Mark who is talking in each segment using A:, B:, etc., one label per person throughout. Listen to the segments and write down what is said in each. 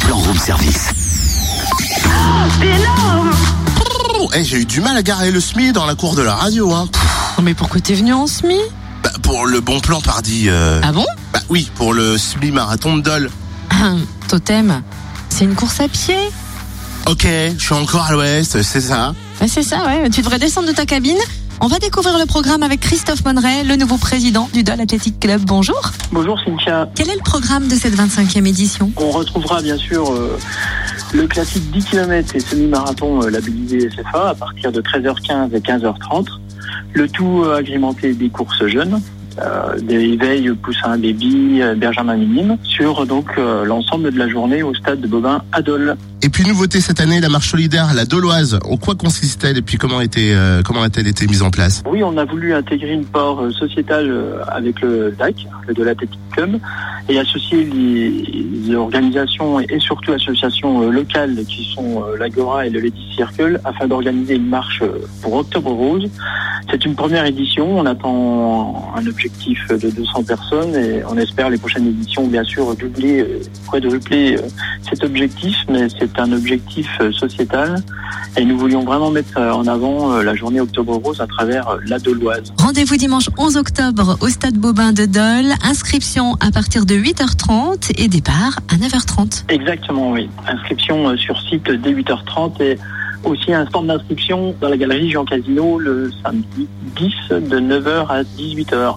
A: plan room service.
B: Oh, C'est énorme
C: Eh, J'ai eu du mal à garer le SMI dans la cour de la radio. Hein.
D: Non mais pourquoi t'es venu en SMI
C: Bah, pour le bon plan, pardi. euh,
D: Ah bon Ah,
C: Bah oui, pour le SMI marathon de Dole.
D: Totem, c'est une course à pied
C: Ok, je suis encore à l'ouest, c'est ça.
D: Ouais, C'est ça, ouais. Tu devrais descendre de ta cabine. On va découvrir le programme avec Christophe Monray, le nouveau président du Dole Athletic Club. Bonjour.
B: Bonjour Cynthia.
D: Quel est le programme de cette 25e édition
B: On retrouvera bien sûr euh, le classique 10 km et semi-marathon euh, labellisé SFA à partir de 13h15 et 15h30. Le tout euh, agrémenté des courses jeunes, euh, des veilles poussin baby, euh, bergama minime, sur euh, donc euh, l'ensemble de la journée au stade de Bobin à Dole.
C: Et puis nouveauté cette année, la marche solidaire, la Doloise. En quoi consistait-elle et puis comment était euh, comment a-t-elle été mise en place
B: Oui, on a voulu intégrer une part euh, sociétale euh, avec le DAC, le de l'Athletic Club, et associer les, les organisations et surtout associations euh, locales qui sont euh, l'Agora et le Lady Circle afin d'organiser une marche euh, pour Octobre Rose. C'est une première édition, on attend un objectif de 200 personnes et on espère les prochaines éditions bien sûr doubler, euh, quadrupler euh, cet objectif, mais c'est un objectif euh, sociétal et nous voulions vraiment mettre euh, en avant euh, la journée Octobre Rose à travers euh, la Doloise.
D: Rendez-vous dimanche 11 octobre au stade Bobin de Dole. Inscription à partir de 8h30 et départ à 9h30.
B: Exactement, oui. Inscription euh, sur site dès 8h30 et aussi un stand d'inscription dans la galerie Jean Casino le samedi 10 de 9h à 18h.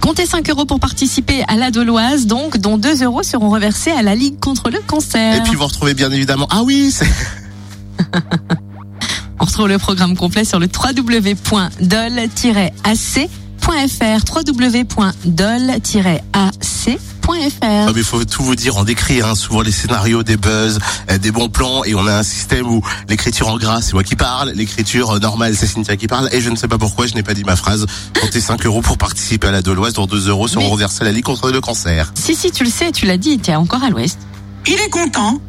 D: Comptez 5 euros pour participer à la Doloise, donc, dont 2 euros seront reversés à la Ligue contre le cancer.
B: Euh.
C: Et puis vous retrouvez bien évidemment. Ah oui, c'est
D: On retrouve le programme complet sur le www.dol-ac.fr. www.dol-ac.fr.
C: Ah, mais faut tout vous dire en décrit, hein. souvent les scénarios, des buzz, euh, des bons plans, et on a un système où l'écriture en gras, c'est moi qui parle, l'écriture euh, normale, c'est Cynthia qui parle, et je ne sais pas pourquoi, je n'ai pas dit ma phrase. Comptez 5 euros pour participer à la Doloise, dont 2 euros seront
D: Mais-
C: reversés à la Ligue contre le cancer.
D: Si, si, tu le sais, tu l'as dit, t'es encore à l'ouest.
E: Il est content,